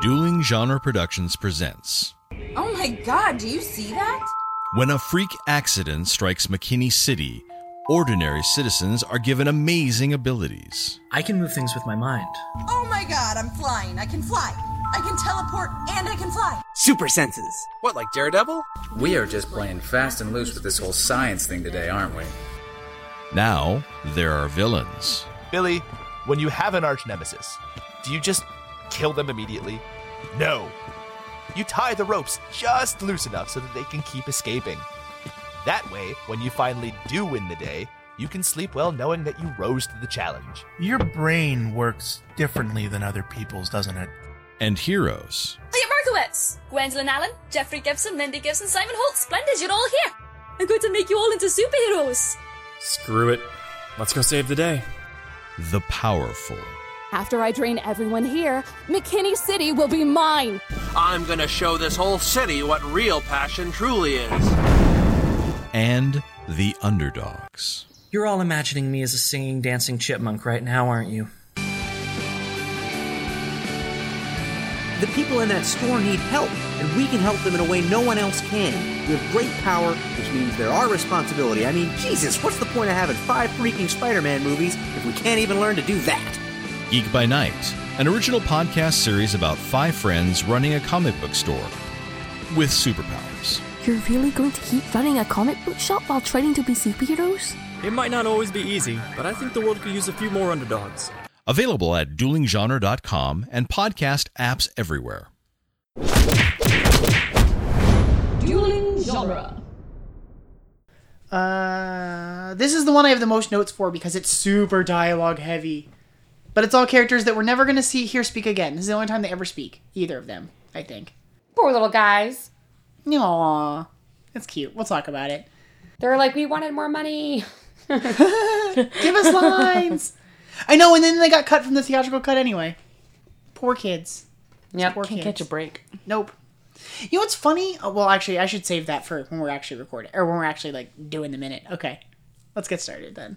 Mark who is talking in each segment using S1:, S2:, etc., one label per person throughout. S1: Dueling Genre Productions presents
S2: Oh my god, do you see that?
S1: When a freak accident strikes McKinney City, ordinary citizens are given amazing abilities.
S3: I can move things with my mind.
S2: Oh my god, I'm flying. I can fly. I can teleport and I can fly.
S4: Super senses.
S5: What, like Daredevil?
S6: We are just playing fast and loose with this whole science thing today, aren't we?
S1: Now, there are villains.
S7: Billy, when you have an arch nemesis, do you just kill them immediately? No. You tie the ropes just loose enough so that they can keep escaping. That way, when you finally do win the day, you can sleep well knowing that you rose to the challenge.
S8: Your brain works differently than other people's, doesn't it?
S1: And heroes.
S9: Leah Markowitz, Gwendolyn Allen, Jeffrey Gibson, Mindy Gibson, Simon Holt. Splendid, you're all here. I'm going to make you all into superheroes.
S10: Screw it. Let's go save the day.
S1: The powerful.
S11: After I drain everyone here, McKinney City will be mine.
S12: I'm gonna show this whole city what real passion truly is.
S1: And the underdogs.
S3: You're all imagining me as a singing, dancing chipmunk right now, aren't you?
S4: The people in that store need help, and we can help them in a way no one else can. We have great power, which means there are responsibility. I mean, Jesus, what's the point of having five freaking Spider Man movies if we can't even learn to do that?
S1: Geek by Night, an original podcast series about five friends running a comic book store with superpowers.
S13: You're really going to keep running a comic book shop while trying to be superheroes?
S10: It might not always be easy, but I think the world could use a few more underdogs.
S1: Available at duelinggenre.com and podcast apps everywhere.
S14: Dueling Genre.
S15: Uh, this is the one I have the most notes for because it's super dialogue heavy. But it's all characters that we're never going to see here speak again. This is the only time they ever speak, either of them, I think.
S14: Poor little guys.
S15: Aww. That's cute. We'll talk about it.
S14: They're like, we wanted more money.
S15: Give us lines. I know, and then they got cut from the theatrical cut anyway. Poor kids.
S14: Yeah, poor can't kids. catch a break.
S15: Nope. You know what's funny? Oh, well, actually, I should save that for when we're actually recording, or when we're actually like doing the minute. Okay, let's get started then.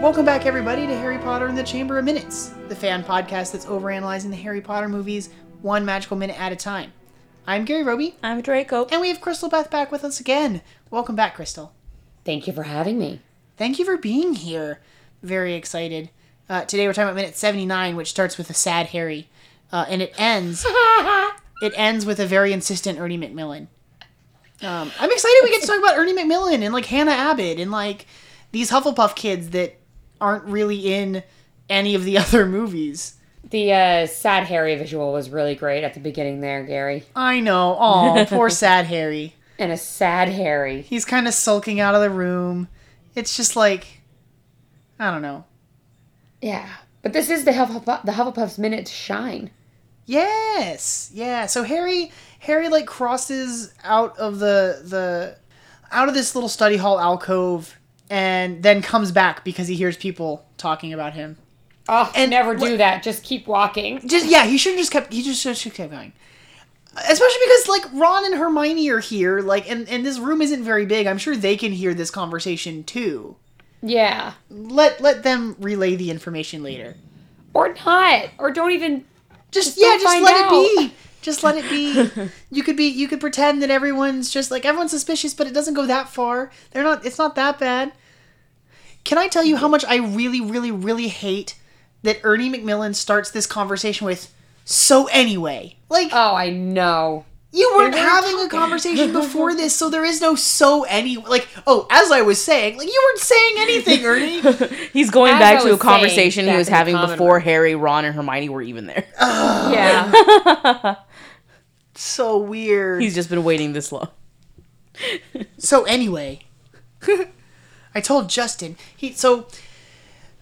S15: Welcome back, everybody, to Harry Potter in the Chamber of Minutes, the fan podcast that's overanalyzing the Harry Potter movies one magical minute at a time. I'm Gary Roby.
S14: I'm Draco.
S15: And we have Crystal Beth back with us again. Welcome back, Crystal.
S14: Thank you for having me.
S15: Thank you for being here. Very excited. Uh, today we're talking about minute 79, which starts with a sad Harry, uh, and it ends. it ends with a very insistent Ernie McMillan. Um, I'm excited we get to talk about Ernie McMillan and like Hannah Abbott and like these Hufflepuff kids that aren't really in any of the other movies.
S14: The uh, sad Harry visual was really great at the beginning there, Gary.
S15: I know. Oh, poor sad Harry.
S14: And a sad Harry.
S15: He's kind of sulking out of the room. It's just like, I don't know.
S14: Yeah, but this is the Hufflepuff, the Hufflepuff's minute to shine.
S15: Yes, yeah. So Harry, Harry like crosses out of the the out of this little study hall alcove and then comes back because he hears people talking about him.
S14: Oh, and never do what, that. Just keep walking.
S15: Just yeah, he should have just kept. He just should have kept going. Especially because like Ron and Hermione are here, like, and and this room isn't very big. I'm sure they can hear this conversation too.
S14: Yeah.
S15: Let let them relay the information later,
S14: or not, or don't even.
S15: Just, just yeah, just let out. it be. Just let it be. you could be. You could pretend that everyone's just like everyone's suspicious, but it doesn't go that far. They're not. It's not that bad. Can I tell you how much I really, really, really hate that Ernie McMillan starts this conversation with, so anyway? Like,
S14: oh, I know.
S15: You weren't having talking. a conversation before this, so there is no so any. Like, oh, as I was saying, like, you weren't saying anything, Ernie.
S16: He's going as back to a conversation he was having before room. Harry, Ron, and Hermione were even there.
S15: Ugh.
S14: Yeah.
S15: so weird.
S16: He's just been waiting this long.
S15: so, anyway. I told Justin. He so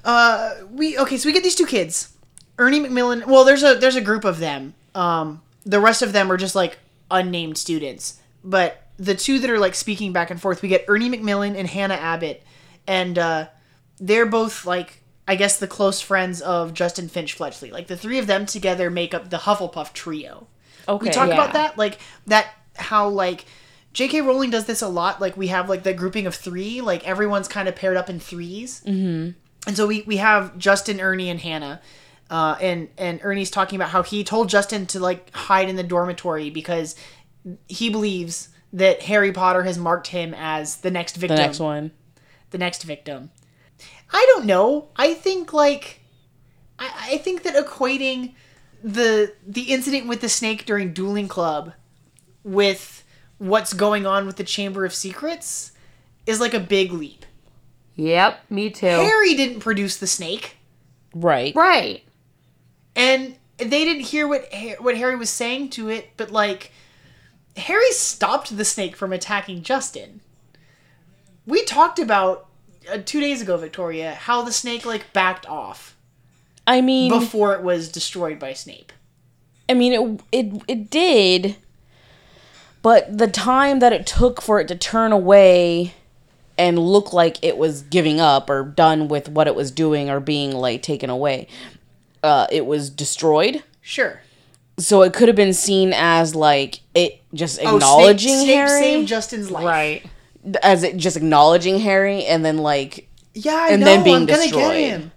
S15: uh we okay, so we get these two kids. Ernie McMillan well there's a there's a group of them. Um the rest of them are just like unnamed students. But the two that are like speaking back and forth, we get Ernie McMillan and Hannah Abbott, and uh they're both like I guess the close friends of Justin Finch Fletchley. Like the three of them together make up the Hufflepuff trio.
S5: Okay,
S15: We talk
S5: yeah.
S15: about that like that how like J.K. Rowling does this a lot. Like we have like the grouping of three. Like everyone's kind of paired up in threes.
S5: Mm-hmm.
S15: And so we we have Justin, Ernie, and Hannah. Uh, and and Ernie's talking about how he told Justin to like hide in the dormitory because he believes that Harry Potter has marked him as the next victim.
S16: The next one.
S15: The next victim. I don't know. I think like I, I think that equating the the incident with the snake during Dueling Club with what's going on with the Chamber of Secrets is like a big leap.
S5: Yep, me too.
S15: Harry didn't produce the snake.
S16: Right.
S14: Right.
S15: And they didn't hear what Ha- what Harry was saying to it, but like Harry stopped the snake from attacking Justin. We talked about uh, 2 days ago, Victoria, how the snake like backed off
S16: I mean,
S15: before it was destroyed by Snape.
S16: I mean, it it it did, but the time that it took for it to turn away and look like it was giving up or done with what it was doing or being like taken away, uh, it was destroyed.
S15: Sure.
S16: So it could have been seen as like it just
S15: Oh, Snape-
S16: acknowledging
S15: Snape
S16: Harry
S15: saved Justin's life. Right.
S16: as it just acknowledging Harry and then like
S15: Yeah, I
S16: and
S15: know.
S16: then being
S15: I'm gonna
S16: destroyed.
S15: get him.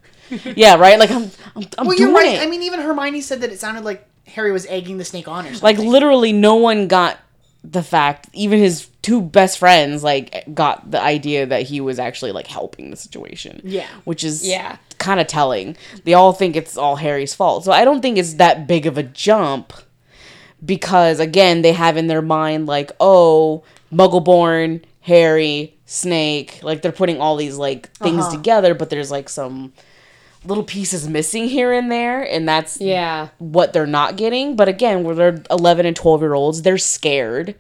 S16: yeah, right. Like I'm, I'm, I'm
S15: well,
S16: doing
S15: you're right.
S16: it.
S15: I mean, even Hermione said that it sounded like Harry was egging the snake on or something.
S16: like literally no one got the fact even his two best friends like got the idea that he was actually like helping the situation
S15: Yeah.
S16: which is
S15: Yeah.
S16: kind of telling they all think it's all harry's fault so i don't think it's that big of a jump because again they have in their mind like oh muggleborn harry snake like they're putting all these like things
S5: Uh-huh.
S16: together but there's like some little pieces missing here and there and that's
S5: Yeah.
S16: what they're not getting but again where they're 11 and 12 year olds they're scared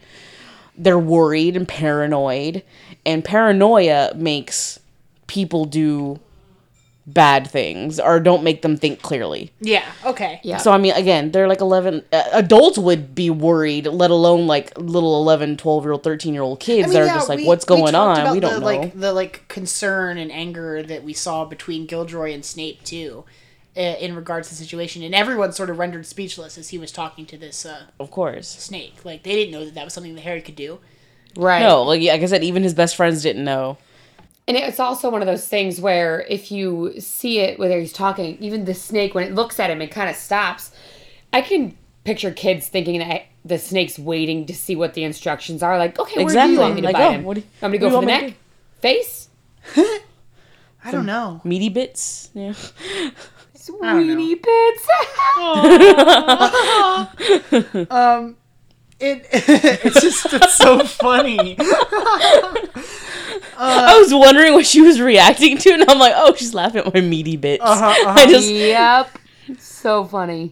S16: they're worried and paranoid and paranoia makes people do bad things or don't make them think clearly
S15: Yeah. Okay.
S16: so i mean again they're like 11 uh, adults would be worried let alone like little 11 12 year old 13 year old kids that are just like what's going on we don't
S15: the,
S16: know
S15: Like the like concern and anger that we saw between Gilderoy and Snape too, uh, in regards to the situation, and everyone sort of rendered speechless as he was talking to this uh,
S16: of course
S15: snake. Like they didn't know that that was something that Harry could do.
S16: no like, like i said even his best friends didn't know
S14: And it's also one of those things where if you see it, whether he's talking, even the snake, when it looks at him and kind of stops, I can picture kids thinking that the snake's waiting to see what the instructions are. Like, okay, where do
S16: Exactly.
S14: you want me to
S16: Like,
S14: bite
S16: oh,
S14: him?
S16: what do you-
S14: I'm going to go
S16: what do
S14: for the
S16: you want me
S14: neck,
S16: to
S14: face.
S15: I don't know.
S16: meaty bits yeah
S14: Weenie bits.
S15: um, it it's just it's so funny. Uh,
S16: I was wondering what she was reacting to, and I'm like, oh, she's laughing at my meaty bits.
S15: Uh-huh,
S16: I just,
S14: Yep. So funny.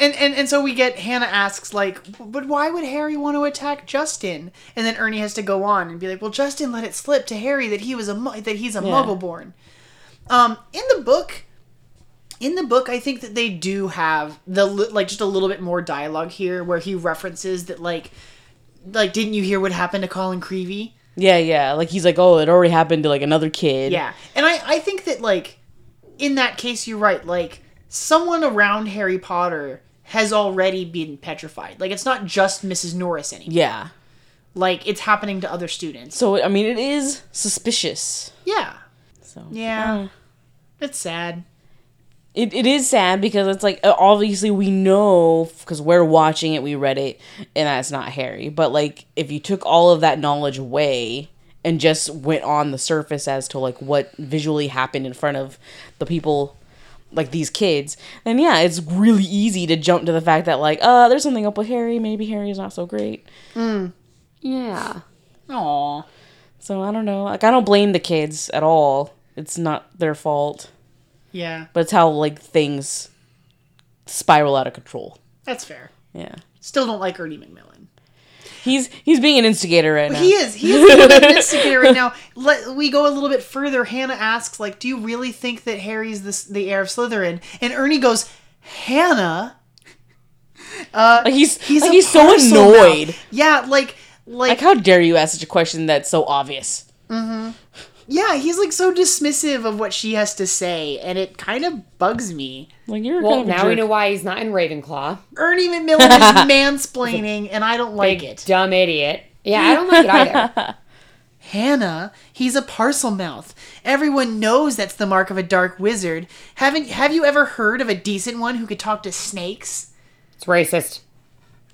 S15: And, and and so we get Hannah asks like, but why would Harry want to attack Justin? And then Ernie has to go on and be like, well, Justin let it slip to Harry that he was a mu- that he's a
S5: Yeah.
S15: Muggleborn. Um, in the book, in the book, I think that they do have the li- like just a little bit more dialogue here where he references that like, like didn't you hear what happened to Colin Creevy?
S16: yeah, yeah. Like he's like, oh, it already happened to like another kid.
S15: Yeah. And I, I think that, like, in that case, you're right. Like, someone around Harry Potter has already been petrified. Like, it's not just Mrs. Norris anymore.
S16: yeah.
S15: Like, it's happening to other students.
S16: So I mean, it is suspicious.
S15: Yeah.
S16: So
S15: Yeah. It's sad.
S16: it, it is sad because it's like uh, obviously we know because we're watching it, we read it, and that's not Harry. But like, if you took all of that knowledge away and just went on the surface as to like what visually happened in front of the people, like these kids, then yeah, it's really easy to jump to the fact that like, uh, there's something up with Harry. Maybe Harry's not so great.
S14: Mm. Yeah.
S15: Aw.
S16: So I don't know. Like, I don't blame the kids at all. It's not their fault.
S15: Yeah.
S16: But it's how like things spiral out of control.
S15: That's fair.
S16: Yeah.
S15: Still don't like Ernie McMillan.
S16: He's he's being an instigator right now.
S15: He is. He is being an instigator right now. Let we go a little bit further. Hannah asks, like, "Do you really think that Harry's this, the heir of Slytherin?" And Ernie goes, "Hannah." Uh,
S16: Like he's he's,
S15: a
S16: like he's so
S15: parcel now.
S16: annoyed.
S15: Yeah, like like,
S16: Like how dare you ask such a question that's so obvious?
S15: hmm Yeah, he's like so dismissive of what she has to say, and it kind of bugs me.
S16: Like you're
S14: Well, now we know why he's not in Ravenclaw.
S15: Ernie McMillan is mansplaining, and I don't like
S14: Big
S15: it.
S14: Dumb idiot. Yeah, I don't like it either.
S15: Hannah, he's a parcel mouth. Everyone knows that's the mark of a dark wizard. Haven't have you ever heard of a decent one who could talk to snakes?
S14: It's racist.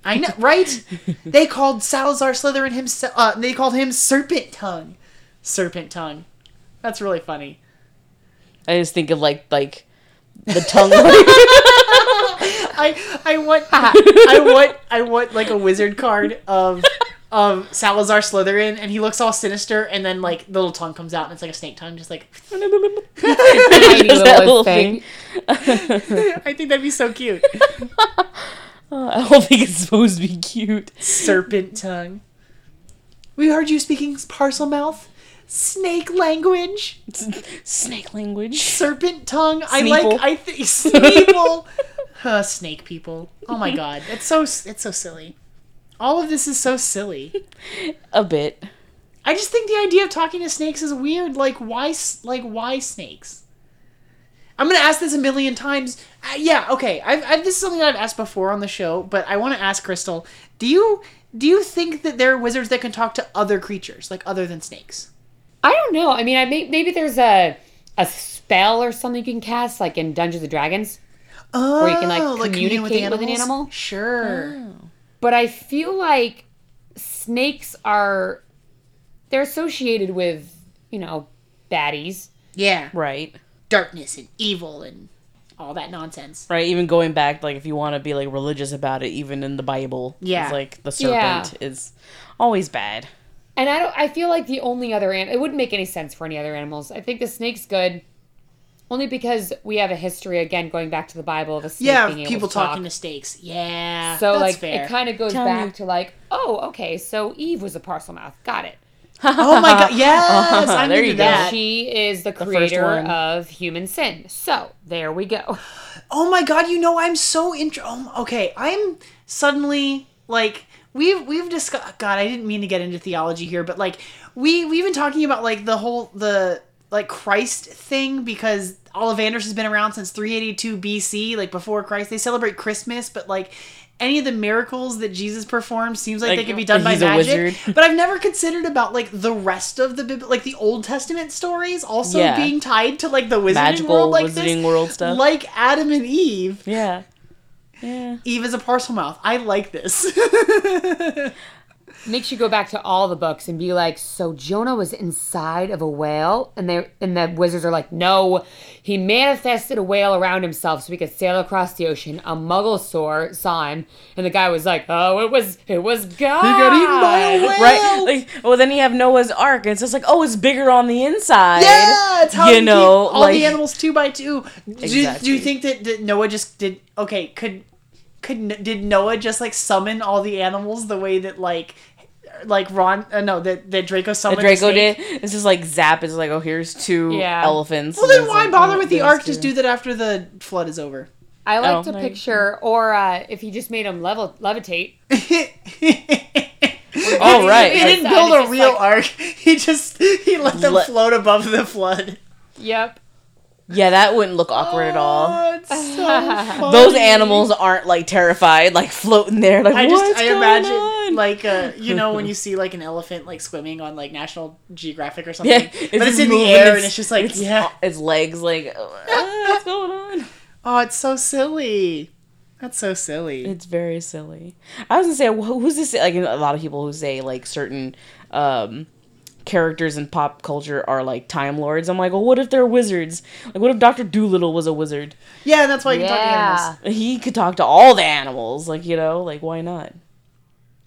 S15: I know, right? they called Salazar Slytherin himself. Uh, they called him Serpent Tongue. Serpent Tongue. That's really funny.
S16: I just think of like like the tongue
S15: I I want I want I want like a wizard card of of Salazar Slytherin, and he looks all sinister, and then like the little tongue comes out, and it's like a snake tongue, just like
S14: Tiny
S16: Just that
S14: little
S16: little
S14: thing.
S15: I think that'd be so cute.
S16: I don't think it's supposed to be cute.
S15: Serpent tongue. We heard you speaking parcel mouth, snake language,
S16: snake language,
S15: serpent tongue. I
S16: Sneeple.
S15: like. I think sneeple. Huh, snake people. Oh my god, that's so. It's so silly. All of this is so silly.
S16: A bit.
S15: I just think the idea of talking to snakes is weird. Like why? s- Like why snakes? I'm gonna ask this a million times. Uh, yeah, okay. I've, I've this is something I've asked before on the show, but I want to ask Crystal. Do you do you think that there are wizards that can talk to other creatures, like other than snakes?
S14: I don't know. I mean, I may, maybe there's a a spell or something you can cast, like in Dungeons and Dragons,
S15: Oh,
S14: where you can like
S15: commune
S14: communicate with, Ah. an
S15: animals?
S14: animal.
S15: Sure.
S14: But I feel like snakes are they're associated with you know baddies.
S15: Yeah.
S16: Right.
S15: Darkness and evil and all that nonsense.
S16: Right, even going back, like if you want to be like religious about it, even in the Bible,
S14: Yeah.
S16: it's like the
S14: Yeah.
S16: serpent is always bad.
S14: And I don't. I feel like the only other an it wouldn't make any sense for any other animals. I think the snake's good, only because we have a history again going back to the Bible of a snake
S15: Yeah,
S14: being able
S15: people
S14: to
S15: talking
S14: talk.
S15: to snakes. Yeah.
S14: So
S15: that's
S14: like
S15: fair.
S14: it kind of goes
S15: Tell
S14: back
S15: me.
S14: to like oh okay so Eve was a parcel mouth got it
S15: Oh my god! Yes, I'm
S16: Uh-huh, There
S15: into
S16: you go.
S15: that.
S14: she is the
S16: first
S14: creator
S16: one.
S14: of human sin so there we go
S15: Oh my god, you know I'm so intro. Oh, okay, I'm suddenly like we've we've discussed. God, I didn't mean to get into theology here, but like we we've been talking about like the whole the like Christ thing because Ollivanders has been around since 382 BC, like before Christ. They celebrate Christmas, but like any of the miracles that Jesus performed seems like,
S16: Like,
S15: they could be done by
S16: he's a
S15: magic.
S16: wizard.
S15: But I've never considered about like the rest of the Bib- like the Old Testament stories also
S16: Yeah.
S15: being tied to like the wizarding
S16: Magical
S15: world like
S16: wizarding
S15: this.
S16: world stuff.
S15: Like Adam and Eve.
S16: Yeah. Yeah.
S15: Eve is a parcel mouth. I like this.
S14: makes you go back to all the books and be like so Jonah was inside of a whale and they and the wizards are like no he manifested a whale around himself so he could sail across the ocean a muggle saw saw him and the guy was like oh it was it was God Ah.
S16: Right? Like, well, then you have Noah's Ark, and it's just like, oh, it's bigger on the inside.
S15: yeah, it's how
S16: you
S15: you
S16: know,
S15: all
S16: like,
S15: the animals two by two. Do, do
S16: Exactly.
S15: you think that, that Noah just did? Okay, could could N- did Noah just like summon all the animals the way that like like Ron? Uh, no, that that Draco
S16: that
S15: summoned. the
S16: Draco
S15: snake?
S16: did. It's just like zap. It's like, oh, here's two
S15: Yeah.
S16: elephants.
S15: Well,
S16: and
S15: then
S16: it's
S15: why
S16: like,
S15: bother
S16: oh,
S15: with the
S16: there's
S15: ark?
S16: two.
S15: Just do that after the flood is over.
S14: I like
S16: Oh.
S14: to
S16: Like-
S14: picture, or uh, if you just made him level levitate.
S16: Oh, right.
S15: He didn't build a real ark. He just he let them
S16: Let-
S15: float above the flood.
S14: Yep.
S16: Yeah, that wouldn't look awkward at all.
S15: That's Oh, so funny.
S16: Those animals aren't like terrified, like floating there. Like,
S15: I
S16: what's
S15: just I
S16: going
S15: imagine
S16: on?
S15: like uh, you know when you see like an elephant like swimming on like National Geographic or something, but it's
S16: just
S15: in the
S16: moving,
S15: air and it's just like
S16: it's,
S15: yeah,
S16: its legs like uh, what's going on?
S15: oh, it's so silly. That's so silly.
S16: It's very silly. I was gonna say wh- who's this? Like a lot of people who say like certain um, characters in pop culture are like time lords. I'm like, well, what if they're wizards? Like, what if Doctor Doolittle was a wizard?
S15: Yeah, that's why you can talk to animals.
S16: He could talk to all the animals. Like you know, like why not?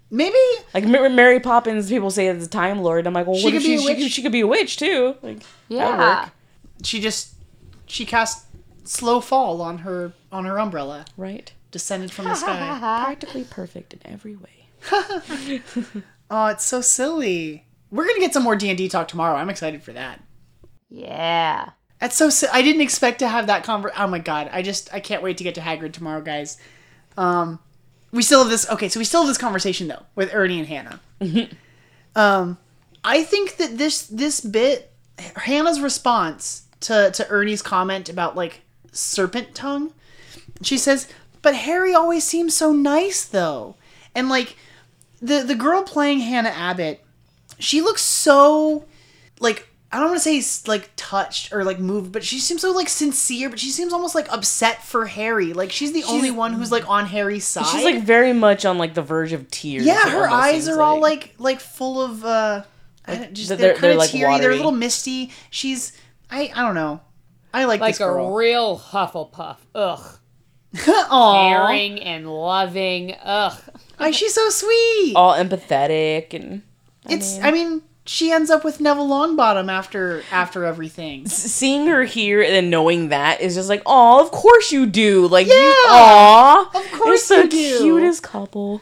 S15: Maybe
S16: Like Ma- Mary Poppins, people say is a time lord. I'm like, well,
S15: She
S16: what if
S15: could be
S16: she,
S15: a
S16: she,
S15: witch.
S16: could, she could be a witch too? Like,
S15: Yeah. she just she cast slow fall on her on her umbrella,
S16: right?
S15: Descended from the sky.
S16: Practically perfect in every way.
S15: oh, it's so silly. We're gonna get some more D and D talk tomorrow. I'm excited for that.
S5: Yeah.
S15: That's so. si- I didn't expect to have that conver. Oh my god! I just I can't wait to get to Hagrid tomorrow, guys. Um, we still have this. Okay, so we still have this conversation though with Ernie and Hannah.
S16: Mm-hmm.
S15: um, I think that this this bit Hannah's response to to Ernie's comment about like serpent tongue. She says, "But Harry always seems so nice though." And like the the girl playing Hannah Abbott, she looks so like I don't want to say s- like touched or like moved, but she seems so like sincere, but she seems almost like upset for Harry. Like she's the only one who's like on Harry's side.
S16: She's like very much on like the verge of tears.
S15: Yeah,
S16: it
S15: her
S16: almost
S15: eyes
S16: seems
S15: are all like like full of uh I
S16: Like,
S15: don't, just
S16: th-
S15: they're,
S16: they're-
S15: kind
S16: they're,
S15: of
S16: like,
S15: teary, they're a little
S16: watery.
S15: misty. She's I I don't know. I like,
S17: Like
S15: this
S17: a
S15: girl.
S17: real Hufflepuff. Ugh.
S15: Aw.
S17: Caring and loving. Ugh.
S15: Like she's so sweet.
S16: all empathetic and
S15: it's I mean she ends up with Neville Longbottom after after everything.
S16: seeing her here and then knowing that is just like, oh, of course you do. Like,
S15: Yeah,
S16: you, aw,
S15: of course
S16: they're
S15: you
S16: so
S15: do.
S16: cutest couple.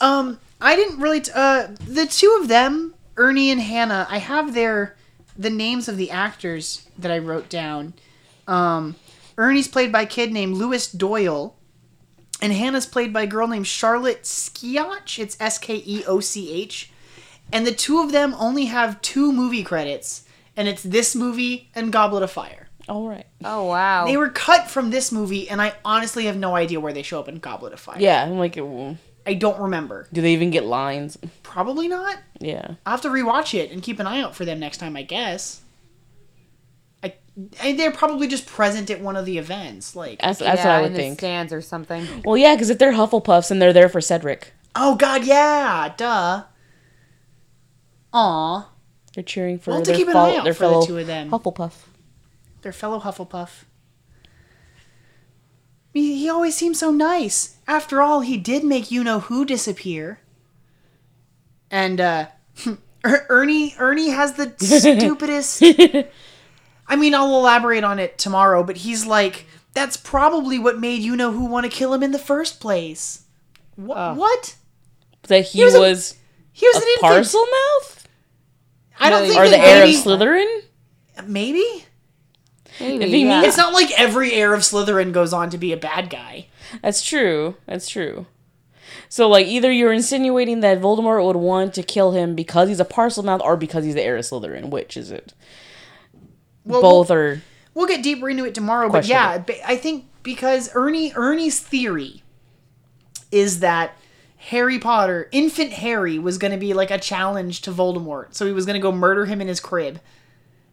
S15: Um, I didn't really. T- uh, the two of them, Ernie and Hannah. I have their the names of the actors that I wrote down. Um, Ernie's played by a kid named Lewis Doyle, and Hannah's played by a girl named Charlotte Skioch. It's S K E O C H, and the two of them only have two movie credits, and it's this movie and Goblet of Fire.
S16: All right.
S17: Oh wow.
S15: They were cut from this movie, and I honestly have no idea where they show up in Goblet of Fire.
S16: Yeah, I'm like, "Ooh."
S15: I don't remember.
S16: do they even get lines?
S15: Probably not.
S16: Yeah.
S15: I'll have to rewatch it and keep an eye out for them next time, I guess. I, I they're probably just present at one of the events, like
S16: That's- that's what I Yeah, would in the think.
S17: stands or something.
S16: Well, yeah, because if they're Hufflepuffs and they're there for Cedric,
S15: Oh God, yeah, duh. Aw,
S16: they're cheering for
S15: We'll have to
S16: their,
S15: keep an
S16: fel-
S15: eye out
S16: their
S15: for the
S16: fellow
S15: two of them.
S16: Hufflepuff.
S15: their fellow Hufflepuff. He, he always seemed so nice. After all, he did make you know who disappear. And uh, Er- Ernie, Ernie has the stupidest. I mean, I'll elaborate on it tomorrow, but he's like, "That's probably what made you know who want to kill him in the first place." Wh- what?
S16: That he,
S15: He was
S16: was,
S15: a- He was
S16: Uh, a
S15: an infant.
S16: parcel mouth?
S15: I don't think
S16: Or
S15: that
S16: the heir of
S15: maybe-
S16: Slytherin?
S15: Maybe.
S16: Maybe, If he yeah. means-
S15: It's not like every heir of Slytherin goes on to be a bad guy.
S16: That's true. That's true. So, like, either you're insinuating that Voldemort would want to kill him because he's a parcel mouth or because he's the heir of Slytherin. Which is it?
S15: Well,
S16: Both are.
S15: We'll get deeper into it tomorrow, but yeah, ba- I think because Ernie Ernie's theory is that Harry Potter, infant Harry, was going to be like a challenge to Voldemort, so he was going to go murder him in his crib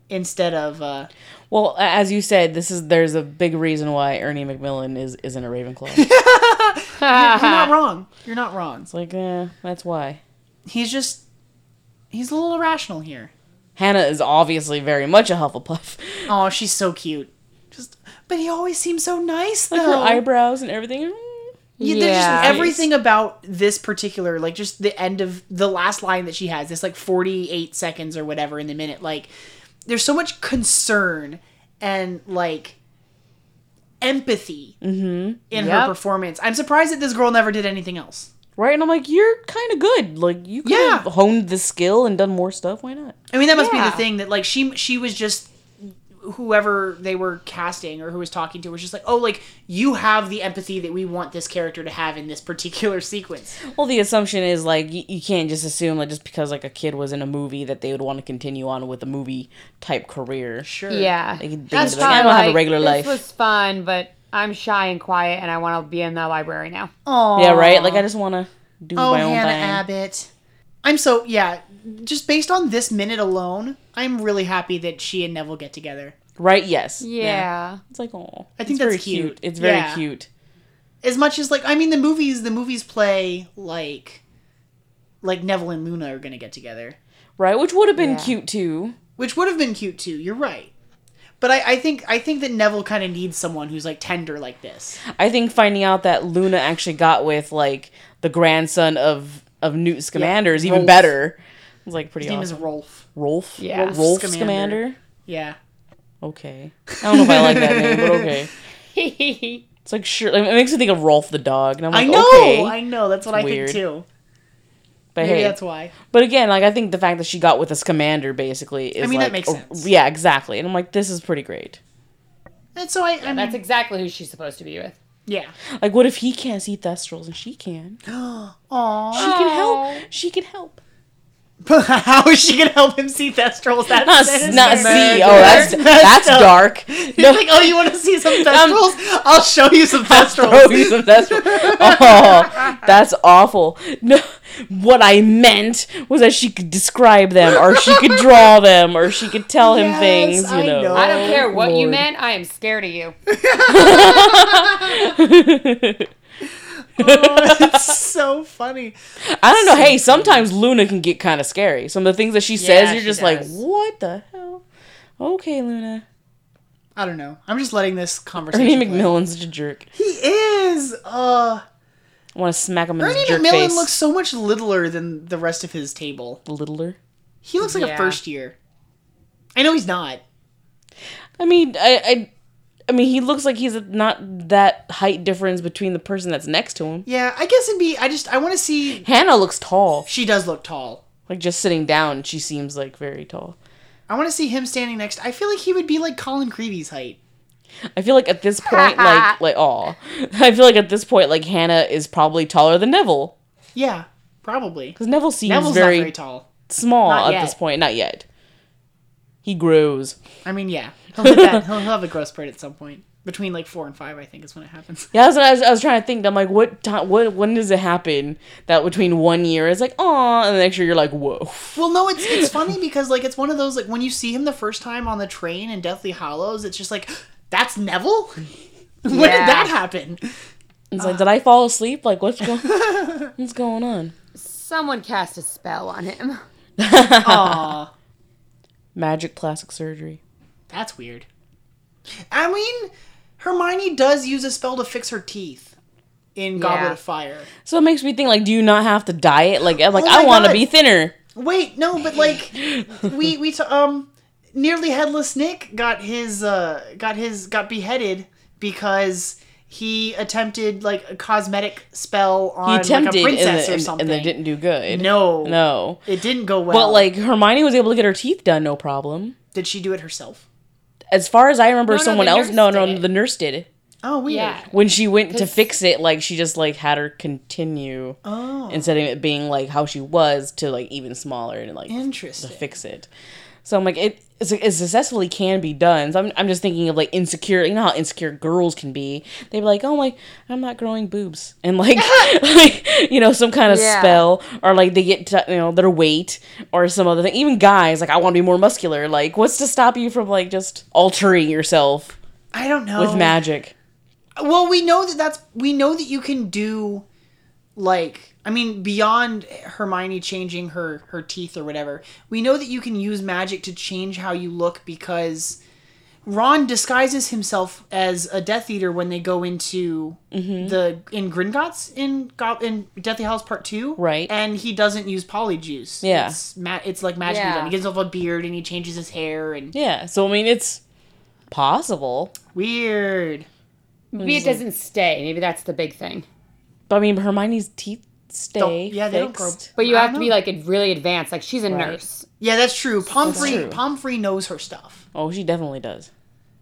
S15: instead of. Uh,
S16: Well, a- as you said, this is there's a big reason why Ernie McMillan is isn't a Ravenclaw.
S15: you're, you're
S16: Uh,
S15: not wrong. You're not wrong. It's
S16: like, eh, that's why.
S15: He's just he's a little irrational here.
S16: Hannah is obviously very much a Hufflepuff.
S15: Oh, she's so cute. But he always seems so nice, though.
S16: Like her eyebrows and everything.
S15: Yeah, there's just everything about this particular, like just the end of the last line that she has, this like 48 seconds or whatever in the minute. Like, there's so much concern and like empathy
S16: Mm-hmm.
S15: in her performance. I'm surprised that this girl never did anything else.
S16: Right, and I'm like, you're kind of good. Like, you could have honed the skill and done more stuff. Why not?
S15: I mean, that must be
S16: Yeah.
S15: the thing that like she she was just whoever they were casting or who was talking to was just like, oh, like you have the empathy that we want this character to have in this particular sequence.
S16: Well, the assumption is like you, you can't just assume like just because like a kid was in a movie that they would want to continue on with a movie type career. Sure.
S17: Yeah.
S16: They, could- they
S17: That's
S16: could be like, I
S17: kinda
S16: don't have a
S17: like,
S16: regular life.
S17: This was fun, but I'm shy and quiet, and I want to be in the library now.
S15: Oh.
S16: Yeah, right. Like I just want to do
S15: oh,
S16: my own
S15: Hannah
S16: thing.
S15: Abbott. I'm so yeah. Just based on this minute alone, I'm really happy that she and Neville get together.
S16: Right? Yes.
S17: It's
S16: like oh,
S15: I think
S16: It's very
S15: that's cute.
S16: cute. It's very
S15: Yeah.
S16: cute.
S15: As much as like, I mean, the movies, the movies play like, like Neville and Luna are gonna get together,
S16: right? Which would have been
S15: Yeah.
S16: cute too.
S15: Which would have been cute too. You're right. But I, I think I think that Neville kind of needs someone who's like tender like this.
S16: I think finding out that Luna actually got with like the grandson of of Newt Scamander is even
S15: Rolf.
S16: better. It's like pretty.
S15: His name is
S16: awesome.
S15: Rolf.
S16: Rolf.
S15: Yeah. Rolf
S16: Rolf
S15: Scamander.
S16: Scamander.
S15: Yeah.
S16: Okay. I don't know if I like that name, but okay. It's like sure. It makes me think of Rolf the dog, and I'm
S15: I
S16: like,
S15: know.
S16: okay.
S15: I know. That's what
S16: It's
S15: I
S16: weird.
S15: think too.
S16: But
S15: Maybe
S16: hey,
S15: that's why.
S16: But again, like I think the fact that she got with this commander basically is.
S15: mean, that
S16: like,
S15: makes
S16: a-
S15: sense.
S16: Yeah, exactly. And I'm like, this is pretty great.
S15: And so I, I mean,
S17: that's exactly who she's supposed to be with.
S15: Yeah.
S16: Like, what if he can't see Thestrals and she can?
S15: Aww.
S16: She can help. She can help.
S15: How is she gonna help him see Thestrals? That's
S16: Not-
S15: that is
S16: not
S15: murder.
S16: see. Oh, that's- that's
S15: dumb.
S16: dark. Um,
S15: He's
S16: No.
S15: like, oh, you want to see some Thestrals? I'll show you some Thestrals.
S16: Oh, he's a Thestral. Oh, that's awful. No, what I meant was that she could describe them, or she could draw them, or she could tell him things. You know.
S17: I don't care what you
S16: Lord.
S17: meant. I am scared of you.
S15: Oh, it's so funny.
S16: I don't know. Hey, sometimes Luna can get kind of scary. Some of the things that she says,
S15: Yeah,
S16: you're
S15: she
S16: just like,
S15: does.
S16: what the hell? Okay, Luna.
S15: I don't know. I'm just letting this conversation.
S16: Ernie
S15: play.
S16: McMillan's a jerk.
S15: He is. Uh,
S16: I want to smack him in
S15: Ernie
S16: his jerk
S15: McMillan
S16: face.
S15: looks so much littler than the rest of his table.
S16: Littler.
S15: He looks like a
S16: Yeah.
S15: first year. I know he's not.
S16: I mean, I, I, I mean, he looks like he's not that height difference between the person that's next to him.
S15: Yeah, I guess it'd be. I just I want to see.
S16: Hannah looks tall.
S15: She does look tall.
S16: Like just sitting down, she seems like very tall.
S15: I want to see him standing next. I feel like he would be like Colin Creevy's height.
S16: I feel like at this point, like like oh, I feel like at this point, like Hannah is probably taller than Neville
S15: Yeah, probably.
S16: because Neville seems
S15: Neville's
S16: very,
S15: not very tall.
S16: small
S15: Not
S16: at
S15: yet.
S16: this point. Not yet. He grows.
S15: I mean, yeah, he'll hit that. He'll have a growth spurt at some point between like four and five. I think is when it happens.
S16: Yeah, that's what I was, I was trying to think. I'm like, what time? What when does it happen? That between one year, it's like oh, and the next year you're like whoa.
S15: Well, no, it's it's funny because like it's one of those like when you see him the first time on the train in Deathly Hollows, it's just like that's Neville. when did
S16: Yeah.
S15: that happen?
S16: It's
S15: Uh.
S16: like, did I fall asleep? Like what's going? what's going on?
S17: Someone cast a spell on him.
S15: Aw,
S16: Magic plastic surgery.
S15: that's weird. I mean, Hermione does use a spell to fix her teeth in Goblet
S16: Yeah.
S15: of Fire.
S16: So it makes me think like, do you not have to diet? Like I'm like
S15: Oh
S16: I
S15: my
S16: want to
S15: God.
S16: be thinner.
S15: Wait, no, but like we we t- um nearly headless Nick got his uh got his got beheaded because he attempted like a cosmetic spell
S16: He
S15: on like
S16: attempted
S15: a princess
S16: and,
S15: or
S16: the- and,
S15: something.
S16: and they didn't do good.
S15: No.
S16: no.
S15: It didn't go well.
S16: But like Hermione was able to get her teeth done, no problem.
S15: did she do it herself?
S16: As far as I remember,
S15: No, no,
S16: someone
S15: the
S16: else.
S15: nurse
S16: No, no, the nurse did it.
S15: Oh, weird.
S17: Yeah.
S16: When she went to
S17: 'Cause-
S16: fix it, like she just like had her continue
S15: Oh.
S16: instead of it being like how she was to like even smaller and like
S15: Interesting.
S16: to fix it. So I'm like it, it's- it successfully can be done. So I'm I'm just thinking of like insecure. You know how insecure girls can be. They be like, oh my, I'm not growing boobs, and like, like you know some kind of
S17: Yeah.
S16: spell or like they get to, you know their weight or some other thing. Even guys like I want to be more muscular. Like what's to stop you from like just altering yourself
S15: I don't know.
S17: Oh.
S16: with magic?
S15: Well, we know that that's we know that you can do like I mean beyond Hermione changing her her teeth or whatever. We know that you can use magic to change how you look because Ron disguises himself as a Death Eater when they go into the in Gringotts in Go- in Deathly Hallows Part Two,
S16: Right.
S15: And he doesn't use polyjuice.
S16: Yeah.
S15: it's, ma- it's like magic.
S16: Yeah.
S15: He gives himself a beard and he changes his hair and
S16: Yeah. So I mean it's possible.
S15: Weird.
S17: Maybe it doesn't stay. Maybe that's the big thing.
S16: But I mean Hermione's teeth stay.
S17: yeah,
S15: they don't grow- fixed.
S17: But you
S15: I
S17: have to
S15: don't
S17: be
S15: know.
S17: like really advanced. Like she's a
S16: Right.
S17: nurse.
S15: Yeah, that's true. Pomfrey
S16: true.
S15: Pomfrey knows her stuff.
S16: Oh, she definitely does.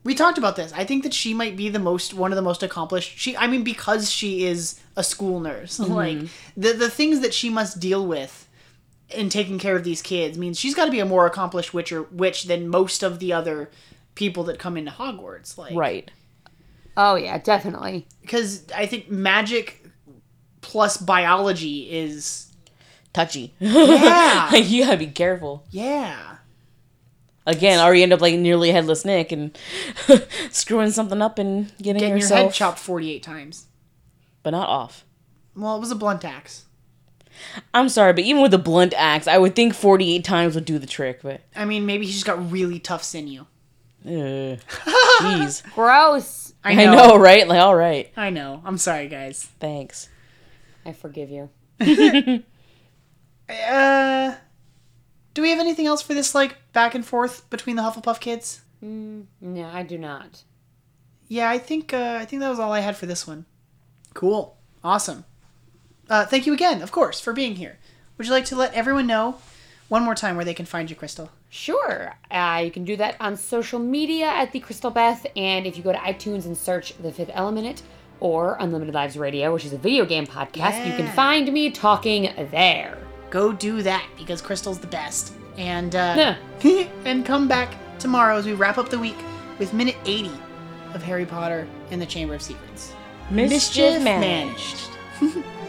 S15: We talked about this. I think that she might be the most one of the most accomplished. She I mean because she is a school nurse.
S16: Mm-hmm.
S15: Like the the things that she must deal with in taking care of these kids means she's got to be a more accomplished witch or witch than most of the other people that come into Hogwarts. Like
S16: Right.
S17: Oh yeah, definitely.
S15: Cuz I think magic plus biology is
S16: Touchy.
S15: Yeah.
S16: like you gotta be careful.
S15: yeah.
S16: Again, or you end up like nearly headless Nick and screwing something up and getting,
S15: Getting
S16: yourself,
S15: your head chopped 48 times.
S16: but not off.
S15: Well, it was a blunt axe.
S16: I'm sorry, but even with a blunt axe, I would think 48 times would do the trick. But
S15: I mean, maybe he's just got really tough sinew.
S16: uh, jeez,
S17: Gross.
S16: I know. right? Like, all right,
S15: I know. I'm sorry, guys.
S16: thanks.
S17: I forgive you.
S15: Uh, do we have anything else for this like back and forth between the Hufflepuff kids?
S17: Mm, no, I do not.
S15: Yeah, I think uh, I think that was all I had for this one. Cool, awesome. Uh, thank you again, of course, for being here. Would you like to let everyone know one more time where they can find you, Crystal?
S14: Sure. Uh, you can do that on social media at The Crystal Beth, and if you go to iTunes and search The Fifth Element or Unlimited Lives Radio, which is a video game podcast, you can
S15: Yeah.
S14: find me talking there.
S15: Go do that because Crystal's the best. And uh,
S14: Yeah.
S15: and come back tomorrow as we wrap up the week with minute 80 of Harry Potter and the Chamber of Secrets.
S16: Mischief managed.
S15: managed.